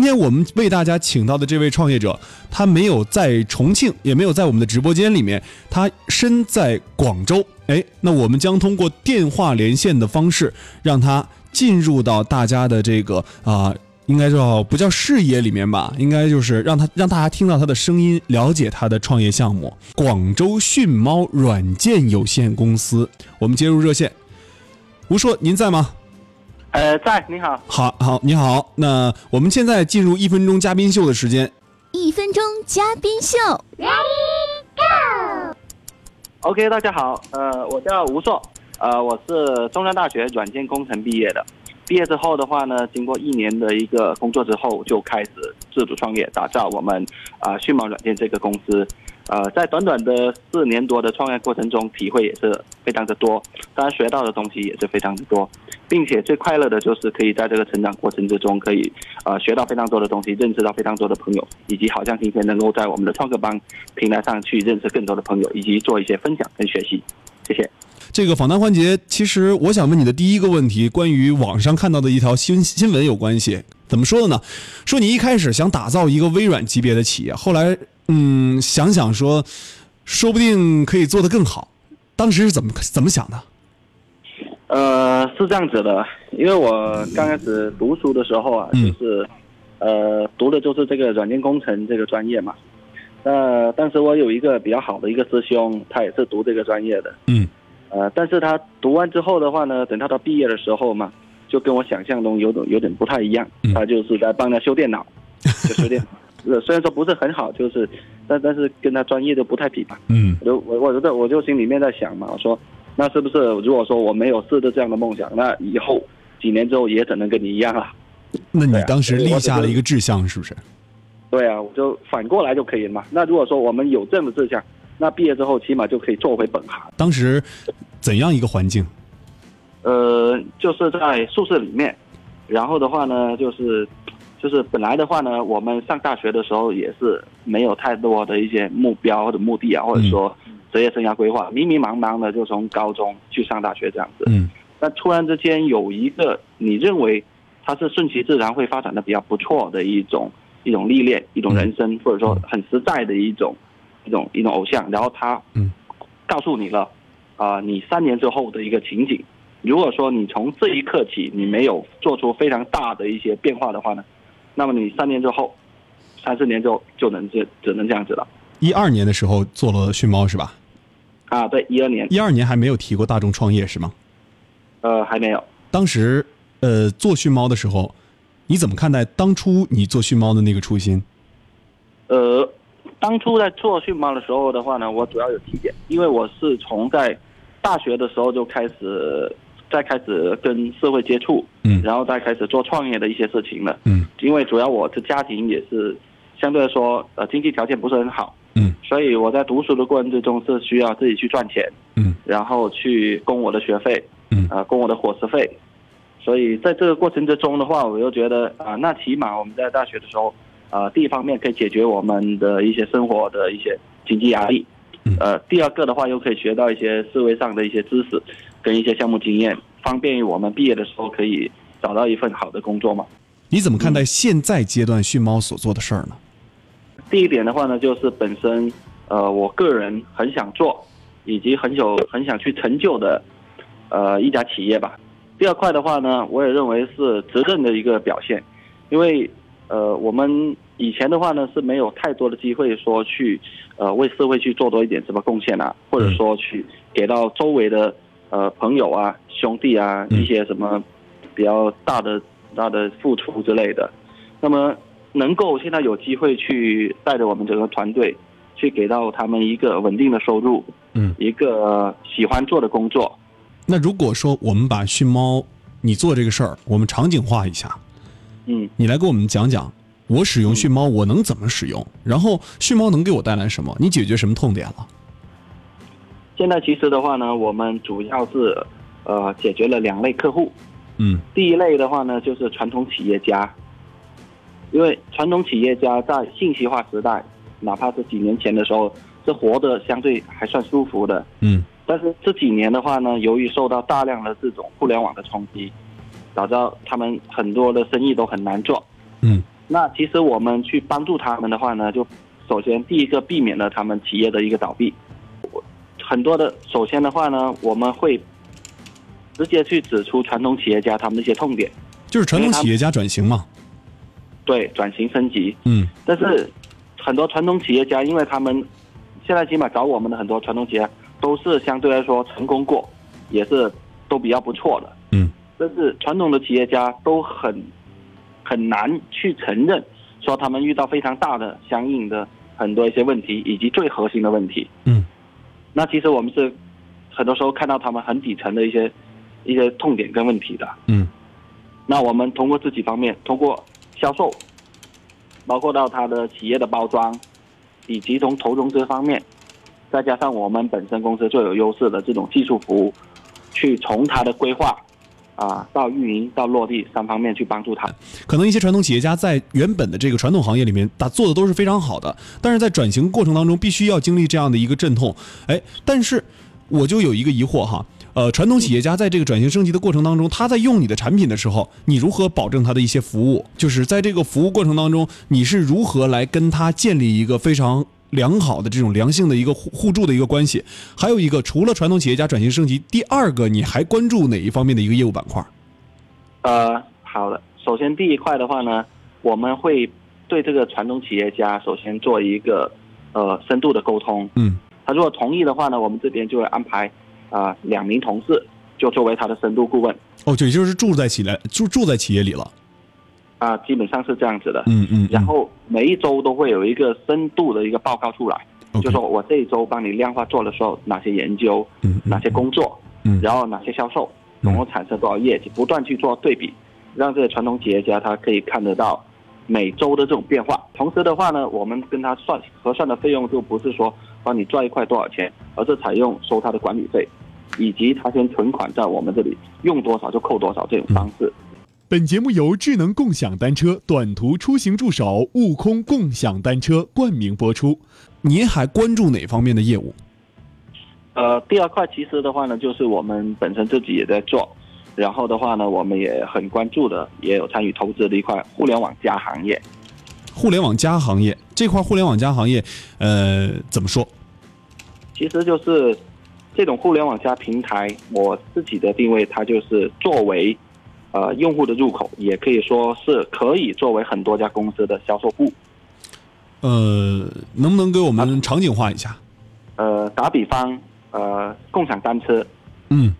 今天我们为大家请到的这位创业者，他没有在重庆，也没有在我们的直播间里面，他身在广州。哎，那我们将通过电话连线的方式，让他进入到大家的这个啊、应该叫不叫视野里面吧？应该就是让他让大家听到他的声音，了解他的创业项目——广州迅猫软件有限公司。我们接入热线，吴硕，您在吗？呃，在，你好，好好，你好，那我们现在进入一分钟嘉宾秀的时间。一分钟嘉宾秀， OK，大家好，呃，我叫吴硕，呃，我是中山大学软件工程毕业的。毕业之后的话呢，经过一年的一个工作之后，就开始自主创业，打造我们啊、迅猛软件这个公司。呃，在短短的四年多的创业过程中，体会也是非常的多，当然学到的东西也是非常的多，并且最快乐的就是可以在这个成长过程之中，可以呃学到非常多的东西，认识到非常多的朋友，以及好像今天能够在我们的创客帮平台上去认识更多的朋友，以及做一些分享跟学习。谢谢。这个访谈环节，其实我想问你的第一个问题，关于网上看到的一条新新闻有关系。怎么说的呢？说你一开始想打造一个微软级别的企业，后来嗯想想说，说不定可以做得更好。当时是怎么怎么想的？呃，是这样子的，因为我刚开始读书的时候啊，嗯就是，呃，读的就是这个软件工程这个专业嘛。那当时我有一个比较好的一个师兄，他也是读这个专业的，嗯，呃，但是他读完之后的话呢，等到他毕业的时候嘛，就跟我想象中有种有点不太一样嗯，他就是在帮他修电脑，就修电脑，呃虽然说不是很好，就是，但但是跟他专业就不太匹吧。嗯我就我我觉得我就心里面在想嘛，我说那是不是如果说我没有试着这样的梦想，那以后几年之后也只能跟你一样了。那你对啊当时所以我立觉下得了一个志向，是不是？对啊，我就反过来就可以了嘛。那如果说我们有这样的志向，那毕业之后起码就可以做回本行。当时怎样一个环境？呃，就是在宿舍里面，然后的话呢，就是就是本来的话呢，我们上大学的时候也是没有太多的一些目标或者目的啊，或者说职业生涯规划，迷迷茫茫的就从高中去上大学这样子。嗯那突然之间有一个你认为它是顺其自然会发展的比较不错的一种一种历练，一种人生，或者说很实在的一种一种一种偶像，然后他嗯告诉你了，啊、你三年之后的一个情景。如果说你从这一刻起你没有做出非常大的一些变化的话呢，那么你三年之后、三四年之后就能这只能这样子了一二年的时候做了迅猫是吧？啊。对，一二年一二年还没有提过大众创业是吗？呃还没有。当时呃做迅猫的时候，你怎么看待当初你做迅猫的那个初心？呃，当初在做迅猫的时候的话呢，我主要有几点，因为我是从在大学的时候就开始，再开始跟社会接触，嗯然后再开始做创业的一些事情了。嗯因为主要我的家庭也是相对来说，呃，经济条件不是很好，嗯所以我在读书的过程之中是需要自己去赚钱，嗯然后去供我的学费，嗯啊，供我的伙食费。所以在这个过程之中的话，我又觉得啊、那起码我们在大学的时候，啊，第一方面可以解决我们的一些生活的一些经济压力嗯，呃，第二个的话又可以学到一些思维上的一些知识，跟一些项目经验，方便于我们毕业的时候可以找到一份好的工作嘛。你怎么看待现在阶段迅猫所做的事儿呢？第一点的话呢，就是本身，呃，我个人很想做，以及很有很想去成就的，呃，一家企业吧。第二块的话呢，我也认为是责任的一个表现，因为，呃，我们以前的话呢是没有太多的机会说去，呃，为社会去做多一点什么贡献啊，或者说去给到周围的呃朋友啊、兄弟啊嗯一些什么比较大的大的付出之类的。那么能够现在有机会去带着我们整个团队，去给到他们一个稳定的收入，嗯，一个呃喜欢做的工作，那如果说我们把迅猫你做这个事儿，我们场景化一下，嗯，你来给我们讲讲，我使用迅猫我能怎么使用，然后迅猫能给我带来什么？你解决什么痛点了？现在其实的话呢，我们主要是呃解决了两类客户，嗯第一类的话呢，就是传统企业家，因为传统企业家在信息化时代，哪怕是几年前的时候，是活得相对还算舒服的，嗯但是这几年的话呢，由于受到大量的这种互联网的冲击，导致他们很多的生意都很难做。嗯那其实我们去帮助他们的话呢，就首先第一个避免了他们企业的一个倒闭。我很多的，首先的话呢，我们会直接去指出传统企业家他们的一些痛点，就是传统企业家转型嘛。对转型升级。嗯但是很多传统企业家，因为他们现在起码找我们的很多传统企业都是相对来说成功过，也是都比较不错的。嗯，但是传统的企业家都很很难去承认，说他们遇到非常大的相应的很多一些问题，以及最核心的问题。嗯，那其实我们是很多时候看到他们很底层的一些一些痛点跟问题的。嗯那我们通过自己方面，通过销售，包括到它的企业的包装，以及从投融资方面，再加上我们本身公司就有优势的这种技术服务，去从它的规划啊到运营到落地三方面去帮助它。可能一些传统企业家在原本的这个传统行业里面打做的都是非常好的，但是在转型过程当中必须要经历这样的一个阵痛。哎，但是我就有一个疑惑哈，呃，传统企业家在这个转型升级的过程当中，他在用你的产品的时候，你如何保证他的一些服务？就是在这个服务过程当中，你是如何来跟他建立一个非常。良好的这种良性的一个互互助的一个关系，还有一个除了传统企业家转型升级，第二个你还关注哪一方面的一个业务板块？呃，好的，首先第一块的话呢，我们会对这个传统企业家首先做一个呃深度的沟通。嗯他如果同意的话呢，我们这边就会安排啊、两名同事就作为他的深度顾问。哦，就也就是住在企业住住在企业里了。啊，基本上是这样子的。嗯嗯，然后每一周都会有一个深度的一个报告出来，嗯就说我这一周帮你量化做了所有哪些研究、嗯哪些工作，嗯然后哪些销售，总共产生多少业绩，不断去做对比，让这些传统企业家他可以看得到每周的这种变化。同时的话呢，我们跟他算核算的费用就不是说帮你赚一块多少钱，而是采用收他的管理费，以及他先存款在我们这里，用多少就扣多少这种方式。嗯本节目由智能共享单车短途出行助手悟空共享单车冠名播出。您还关注哪方面的业务？呃，第二块其实的话呢，就是我们本身自己也在做，然后的话呢，我们也很关注的，也有参与投资的一块互联网加行业。互联网加行业这块，互联网加行业，呃，怎么说？其实就是这种互联网加平台，我自己的定位，它就是作为呃用户的入口，也可以说是可以作为很多家公司的销售部。呃，能不能给我们场景化一下？呃，打比方，呃，共享单车，嗯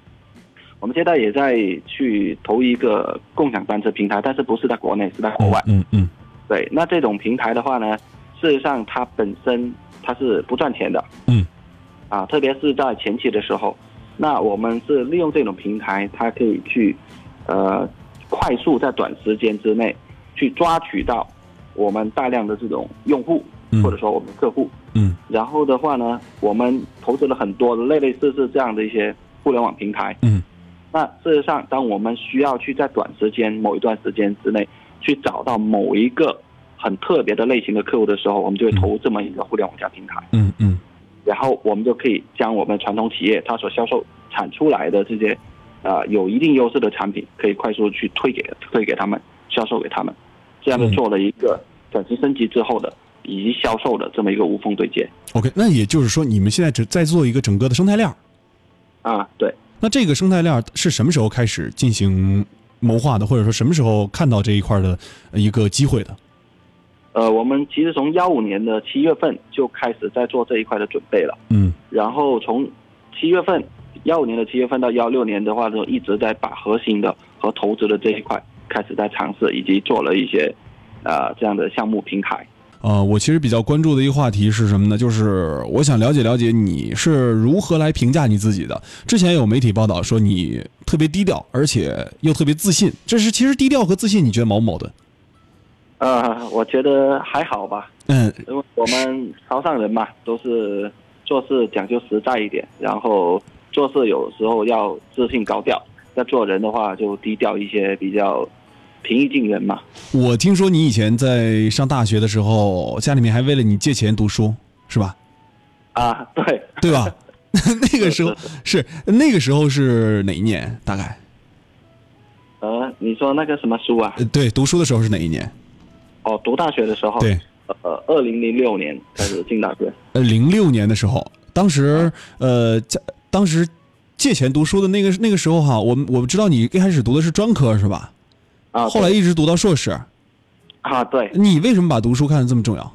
我们现在也在去投一个共享单车平台，但是不是在国内，是在国外。嗯嗯对，那这种平台的话呢，事实上它本身它是不赚钱的，嗯，啊，特别是在前期的时候，那我们是利用这种平台，它可以去，呃，快速在短时间之内去抓取到我们大量的这种用户，嗯或者说我们客户，嗯然后的话呢，我们投资了很多类类似似这样的一些互联网平台。嗯，那事实上，当我们需要去在短时间某一段时间之内去找到某一个很特别的类型的客户的时候，我们就会投这么一个互联网加平台，嗯嗯然后我们就可以将我们传统企业它所销售产出来的这些，呃，有一定优势的产品，可以快速去推给推给他们，销售给他们，这样就嗯做了一个转型升级之后的以及销售的这么一个无缝对接。 ，OK，那也就是说，你们现在只在做一个整个的生态链儿。啊，对。那这个生态链儿是什么时候开始进行谋划的，或者说什么时候看到这一块的呃一个机会的？呃，我们其实从幺五年的七月份就开始在做这一块的准备了，嗯然后从七月份，幺五年的七月份到幺六年的话，就一直在把核心的和投资的这一块开始在尝试，以及做了一些，呃，这样的项目平台。呃，我其实比较关注的一个话题是什么呢？就是我想了解了解你是如何来评价你自己的。之前有媒体报道说你特别低调，而且又特别自信，这是其实低调和自信，你觉得矛不矛盾？呃，我觉得还好吧，嗯，因为我们潮汕人嘛，都是做事讲究实在一点，然后做事有时候要自信高调，那做人的话就低调一些，比较平易近人嘛。我听说你以前在上大学的时候，家里面还为了你借钱读书，是吧？啊，对。对吧？ 那个时候是那个时候是哪一年？大概呃，你说那个什么书啊？呃对，读书的时候是哪一年？哦，读大学的时候，对，呃，二零零六年开始进大学，呃，零六年的时候，当时哦呃，家当时借钱读书的那个那个时候哈，我们我们知道你一开始读的是专科是吧？啊， 后来对一直读到硕士， 啊，对，你为什么把读书看得这么重要？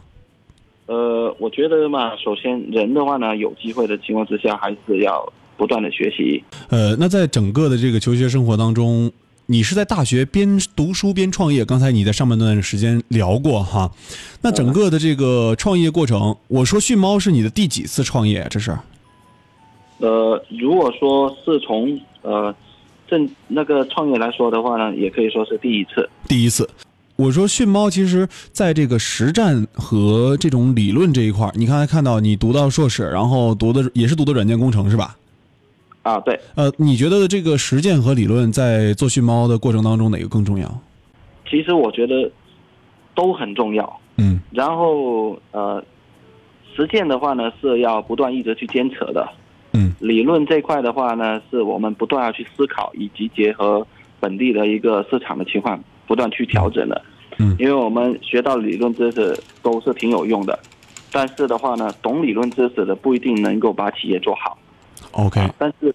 呃，我觉得嘛，首先人的话呢，有机会的情况之下，还是要不断的学习。呃，那在整个的这个求学生活当中，你是在大学边读书边创业。刚才你在上半段时间聊过哈，那整嗯个的这个创业过程，我说迅猫是你的第几次创业啊？这是呃，如果说是从呃正那个创业来说的话呢，也可以说是第一次。第一次。我说迅猫其实在这个实战和这种理论这一块儿，你刚才看到你读到硕士，然后读的也是读的软件工程是吧？啊，对，呃，你觉得这个实践和理论在做迅猫的过程当中哪个更重要？其实我觉得都很重要。嗯然后呃，实践的话呢是要不断一直去坚持的，嗯，理论这块的话呢是我们不断要去思考，以及结合本地的一个市场的情况不断去调整的，嗯因为我们学到理论知识都是挺有用的，但是的话呢，懂理论知识的不一定能够把企业做好， ，OK，但是。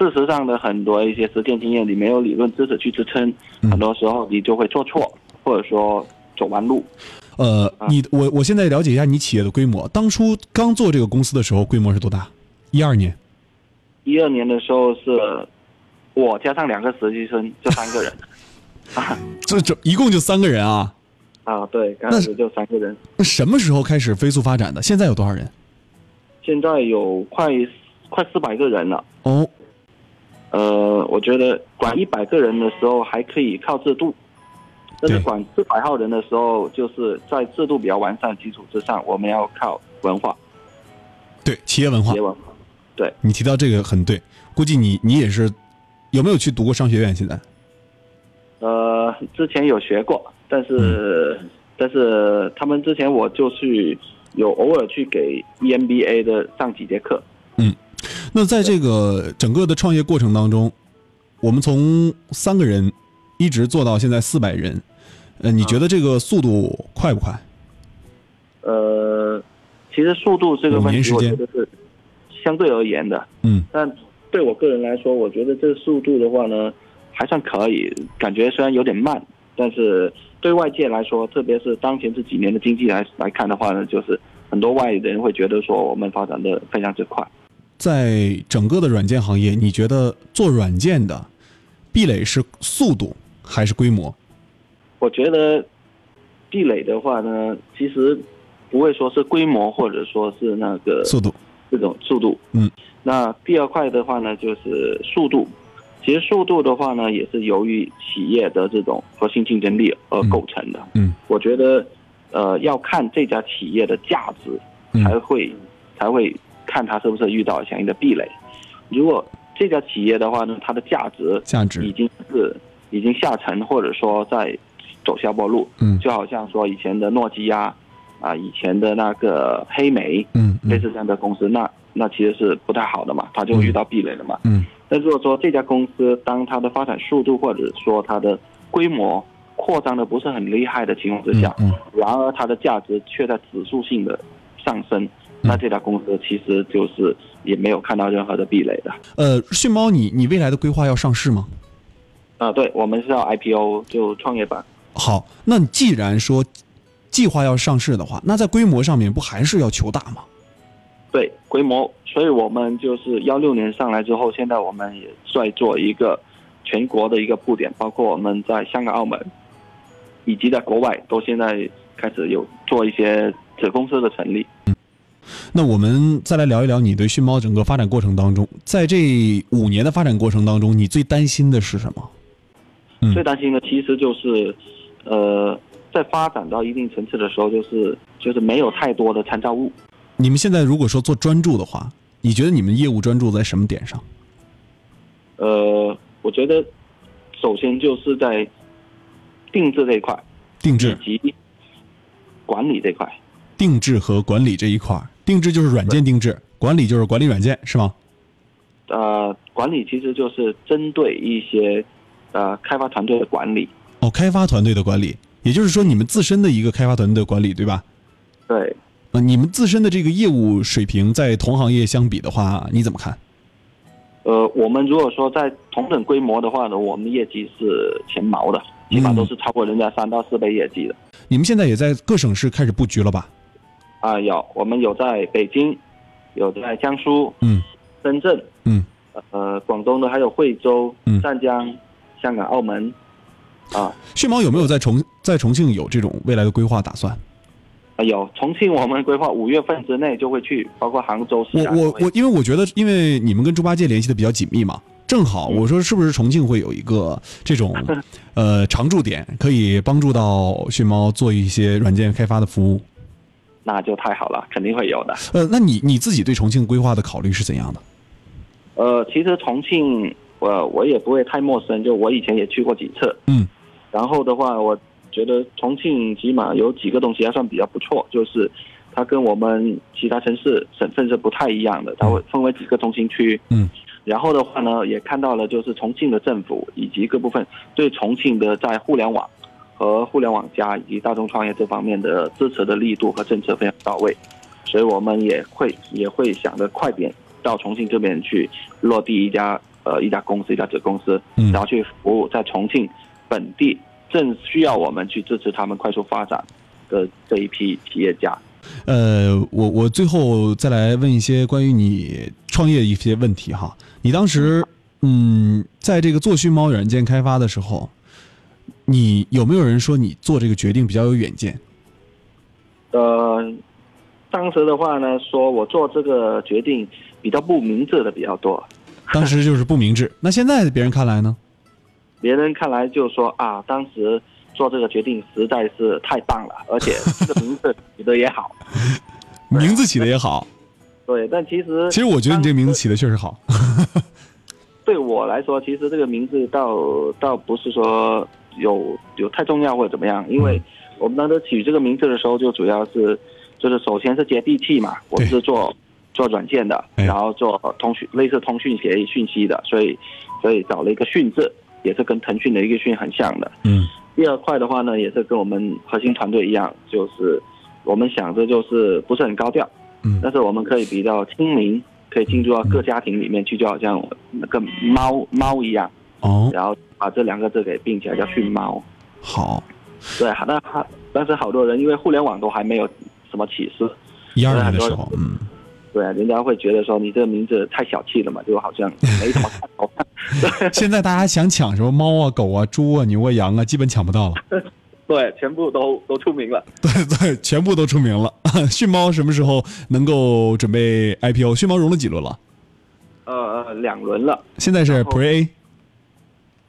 事实上的很多一些实践经验，你没有理论知识去支撑，嗯很多时候你就会做错，或者说走弯路。呃啊，你我我现在了解一下你企业的规模。当初刚做这个公司的时候，规模是多大？一二年，一二年的时候是我加上两个实习生，就三 个人这这一共就三个人啊。啊，对，刚开始就三个人，那什么时候开始飞速发展的？现在有多少人？现在有快快四百个人了。哦，呃，我觉得管一百个人的时候还可以靠制度，但是对管四百号人的时候，就是在制度比较完善的基础之上，我们要靠文化、对，企业文化企业，文化。你提到这个很对。估计你你也是，有没有去读过商学院？现在呃，之前有学过，但是、嗯但是他们之前我就去有偶尔去给 E EMBA 的上几节课，那在这个整个的创业过程当中，我们从三个人一直做到现在四百人，呃，你觉得这个速度快不快？呃，其实速度这个问题，五我年时间觉得是相对而言的。嗯，但对我个人来说，我觉得这个速度的话呢，还算可以。感觉虽然有点慢，但是对外界来说，特别是当前这几年的经济来来看的话呢，就是很多外人会觉得说我们发展的非常之快。在整个的软件行业，你觉得做软件的壁垒是速度还是规模？我觉得壁垒的话呢，其实不会说是规模，或者说是那个速度，这种速度。嗯，那第二块的话呢，就是速度。其实速度的话呢，也是由于企业的这种核心竞争力而构成的。嗯，我觉得，呃，要看这家企业的价值，才嗯会才会看它是不是遇到相应的壁垒。如果这家企业的话呢，它的价值价已值，经是已经下沉，或者说在走下坡路，嗯就好像说以前的诺基亚啊，以前的那个黑莓，嗯类嗯似这样的公司，那那其实是不太好的嘛，它就遇到壁垒了嘛。嗯但如果说这家公司当它的发展速度或者说它的规模扩张的不是很厉害的情况之下，嗯，然而它的价值却在指数性的上升，嗯那这家公司其实就是也没有看到任何的壁垒的。呃，迅猫你，你未来的规划要上市吗？啊，对，我们是要 IPO 就创业板。好，那你既然说计划要上市的话，那在规模上面不还是要求大吗？对规模，所以我们就是幺六年上来之后，现在我们也在做一个全国的一个布点，包括我们在香港、澳门，以及在国外都现在开始有做一些子公司的成立。那我们再来聊一聊你对迅猫整个发展过程当中，在这五年的发展过程当中，你最担心的是什么？嗯最担心的其实就是，呃，在发展到一定层次的时候，就是就是没有太多的参照物。你们现在如果说做专注的话，你觉得你们业务专注在什么点上？呃，我觉得首先就是在定制这一块定以制、及管理这一块。定制和管理这一块儿，定制就是软件定制，管理就是管理软件，是吗？呃，管理其实就是针对一些呃开发团队的管理。哦，开发团队的管理，也就是说你们自身的一个开发团队的管理，对吧？对，啊，你们自身的这个业务水平在同行业相比的话，你怎么看？呃，我们如果说在同等规模的话呢，我们的业绩是前茅的，起码都是超过人嗯家三到四倍业绩的。你们现在也在各省市开始布局了吧？啊，有，我们有在北京，有在江苏、嗯深圳，嗯，呃，广东的还有惠州嗯、湛江、香港、澳门，啊，迅毛有没有在重在重庆有这种未来的规划打算？啊有重庆，我们规划五月份之内就会去，包括杭州、我西安。我我，因为我觉得，因为你们跟猪八戒联系的比较紧密嘛，正好我说是不是重庆会有一个这种呃常驻点，可以帮助到迅猫做一些软件开发的服务？那就太好了，肯定会有的。呃，那你你自己对重庆规划的考虑是怎样的？呃，其实重庆，呃，我也不会太陌生，就我以前也去过几次。嗯。然后的话，我觉得重庆起码有几个东西还算比较不错，就是它跟我们其他城市、省份是不太一样的，它会分为几个中心区。嗯。然后的话呢，也看到了就是重庆的政府以及各部分对重庆的在互联网和互联网加以及大众创业这方面的支持的力度和政策非常到位，所以我们也会也会想着快点到重庆这边去落地一家呃一家公司一家子公司，嗯然后去服务在重庆本地正需要我们去支持他们快速发展的这一批企业家。呃，我我最后再来问一些关于你创业的一些问题哈。你当时嗯，在这个做迅猫软件开发的时嗯候，你有没有人说你做这个决定比较有远见？呃，当时的话呢，说我做这个决定比较不明智的比较多，当时就是不明智。那现在别人看来呢？别人看来就说啊，当时做这个决定实在是太棒了，而且这个名字起的也好。名字起的也好，对，但其实 其实我觉得你这个名字起的确实好。对我来说，其实这个名字倒倒不是说有有太重要或者怎么样，因为我们当时取这个名字的时候，就主要是就是首先是接地气嘛，我对们是做做软件的，哎然后做通讯类似通讯协议讯息的，所以所以找了一个讯字，也是跟腾讯的一个讯很像的。嗯第二块的话呢，也是跟我们核心团队一样，就是我们想着就是不是很高调，嗯但是我们可以比较亲民，可以进入到各家庭里面去，就好像那个猫猫一样，哦，然后把这两个字给并起来叫训猫。好，对，那还但是好多人因为互联网都还没有什么启示，一二年的时候，嗯，对，人家会觉得说你这个名字太小气了嘛，就好像没什么看头。现在大家想抢什么猫啊、狗啊、猪啊、牛啊、羊啊，基本抢不到了。 对，全部都都出名了。对 对，全部都出名了。 迅猫什么时候能够准备 IPO？迅猫融了几轮了？呃，呃，两轮了。现在是然后 Pre A。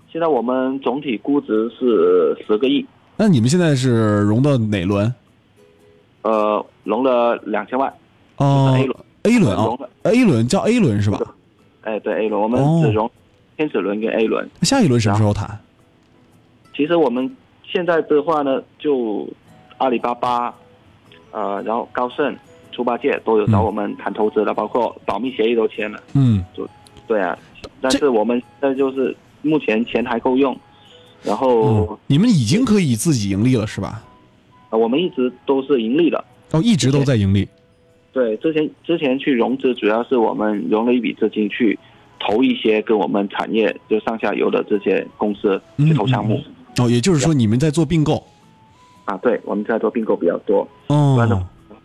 现在我们总体估值是十个亿，那你们现在是融到哪轮？呃，融了两千万。哦、就是 A 轮 A 轮啊融了，A 轮叫 A 轮是吧？哎，对 A 轮，我们哦只融天使轮跟 A 轮。下一轮什么时候谈？其实我们现在的话呢，就阿里巴巴，呃，然后高盛、猪八戒都有找嗯我们谈投资了，包括保密协议都签了。嗯，对啊，但是我们现在就是目前钱还够用，然后、嗯，你们已经可以自己盈利了是吧？呃我们一直都是盈利的。哦，一直都在盈利。对，之前之前去融资，主要是我们融了一笔资金去投一些跟我们产业就上下游的这些公司嗯去投项目、哦，也就是说你们在做并购。啊。对，我们在做并购比较多，不然的哦话，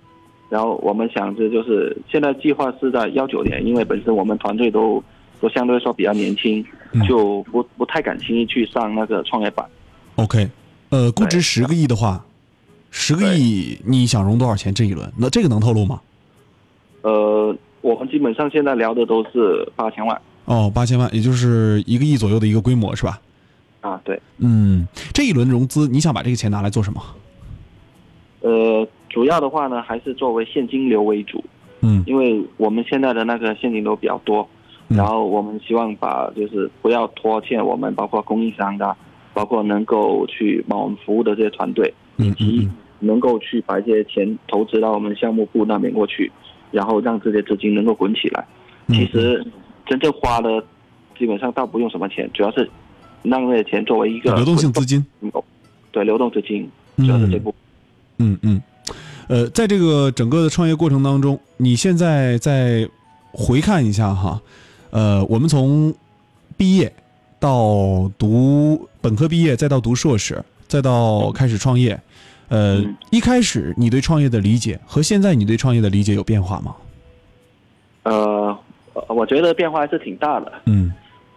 然后我们想着就是现在计划是在幺九年，因为本身我们团队都都相对来说比较年轻嗯，就不不太敢轻易去上那个创业板。 ，OK，呃，估值对十个亿的话，十个亿你想融多少钱这一轮？那这个能透露吗？呃，我们基本上现在聊的都是八千万哦，八千万，也就是一个亿左右的一个规模是吧？啊，对，嗯，这一轮融资，你想把这个钱拿来做什么？呃，主要的话呢还是作为现金流为主，嗯因为我们现在的那个现金流比较多，嗯然后我们希望把就是不要拖欠我们包括供应商的，包括能够去帮我们服务的这些团队，以嗯嗯及能够去把一些钱投资到我们项目部那边过去，然后让这些资金能够滚起来。嗯其实真正花的基本上倒不用什么钱，主要是让那些钱作为一个流动性资金。滚动对，流动资金主要是这部分。嗯嗯，呃，在这个整个的创业过程当中，你现在再回看一下哈，呃，我们从毕业到读本科毕业，再到读硕士，再到开始创业，呃，嗯一开始你对创业的理解和现在你对创业的理解有变化吗？呃，呃我觉得变化还是挺大的。嗯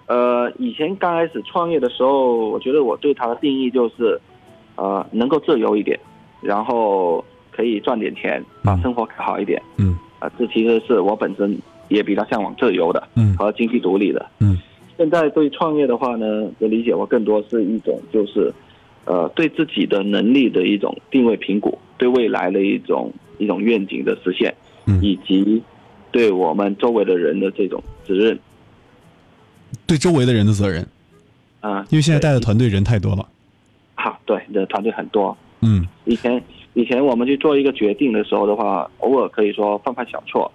呃，以前刚开始创业的时候，我觉得我对它的定义就是，呃，能够自由一点，然后可以赚点钱，把嗯生活搞好一点。嗯啊、这其实是我本身也比较向往自由的嗯和经济独立的。嗯，现在对创业的话呢，的理解我更多是一种就是，呃，对自己的能力的一种定位评估，对未来的一种一种愿景的实现，嗯以及对我们周围的人的这种责任。对周围的人的责任，啊、因为现在带对的团队人太多了。啊，对，你的团队很多。嗯以前以前我们去做一个决定的时候的话，偶尔可以说犯犯小 错，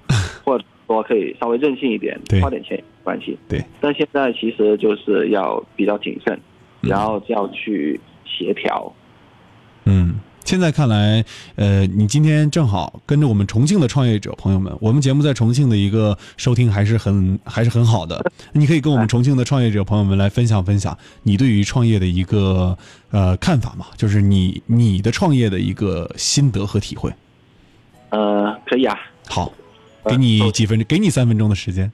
或者说可以稍微任性一点对，花点钱也没关系。对。但现在其实就是要比较谨慎，嗯然后要去协调。嗯，现在看来，呃，你今天正好跟着我们重庆的创业者朋友们，我们节目在重庆的一个收听还是很还是很好的。你可以跟我们重庆的创业者朋友们来分享分享你对于创业的一个呃看法嘛，就是你你的创业的一个心得和体会。呃，可以啊，好，呃给你几分钟，给你三分钟的时间。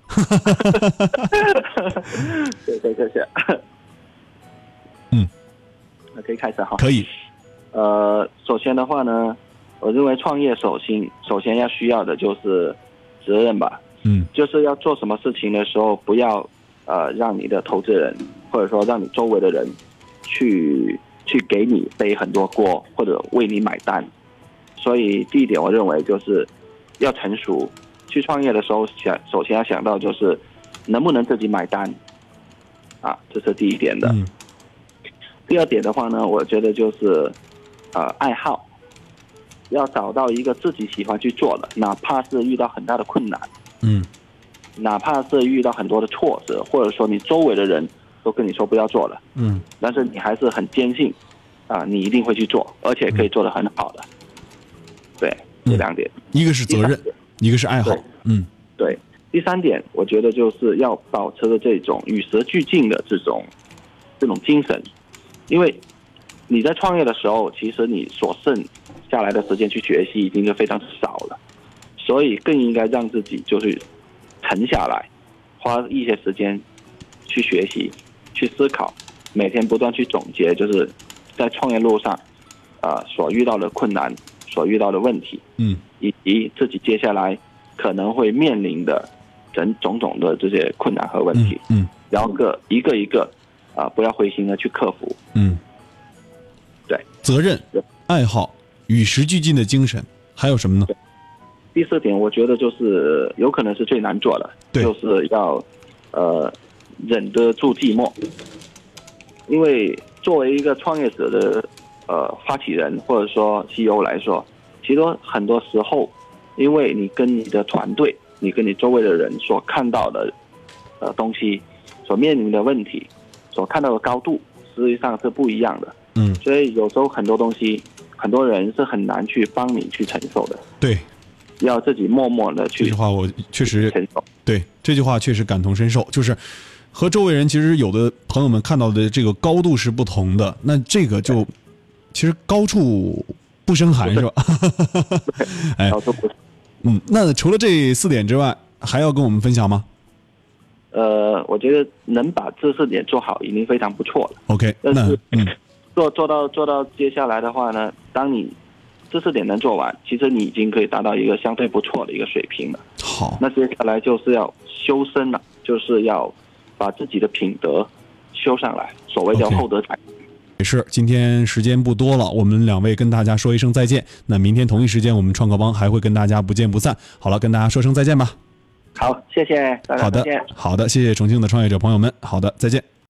对对对对，嗯，可以开始哈。可以，呃，首先的话呢，我认为创业首先首先要需要的就是责任吧，嗯就是要做什么事情的时候，不要呃让你的投资人或者说让你周围的人去去给你背很多锅或者为你买单。所以第一点，我认为就是要成熟。去创业的时候想，首先要想到就是能不能自己买单啊，这是第一点的。嗯第二点的话呢，我觉得就是，呃，爱好，要找到一个自己喜欢去做的，哪怕是遇到很大的困难，嗯哪怕是遇到很多的挫折，或者说你周围的人都跟你说不要做了，嗯但是你还是很坚信，啊、你一定会去做，而且可以做得很好的。对，这两点。一嗯个是责第任三，点一个是爱好对。嗯对，第三点，我觉得就是要保持着这种与时俱进的这种这种精神，因为你在创业的时候，其实你所剩下来的时间去学习已经是非常少了，所以更应该让自己就是沉下来，花一些时间去学习、去思考，每天不断去总结，就是在创业路上，呃，所遇到的困难、所遇到的问题，嗯以及自己接下来可能会面临的种种种的这些困难和问嗯题，嗯然后个一个一个啊、不要灰心的去克服。嗯，对，责任对、爱好、与时俱进的精神，还有什么呢？第四点，我觉得就是有可能是最难做的，对就是要呃忍得住寂寞，因为作为一个创业者的呃发起人或者说 CEO 来说，其实很多时候，因为你跟你的团队、你跟你周围的人所看到的呃东西，所面临的问题，所看到的高度，实际上是不一样的，嗯，所以有时候很多东西，很多人是很难去帮你去承受的。对，要自己默默的这去句话我确实承受。对这句话确实感同身受，就是和周围人其实有的朋友们看到的这个高度是不同的，那这个就其实高处不胜寒是吧？ 哎然后都不嗯，那除了这四点之外，还要跟我们分享吗呃，我觉得能把这四点做好已经非常不错了。 ？OK，但那是嗯做做到做到接下来的话呢，当你这四点能做完，其实你已经可以达到一个相对不错的一个水平了。好，那接下来就是要修身了，就是要把自己的品德修上来，所谓叫 OK 厚德载物。也是，今天时间不多了，我们两位跟大家说一声再见。那明天同一时间，我们创客帮还会跟大家不见不散。好了，跟大家说声再见吧。好，谢谢大家，好的再见。，好的，谢谢重庆的创业者朋友们。好的，再见。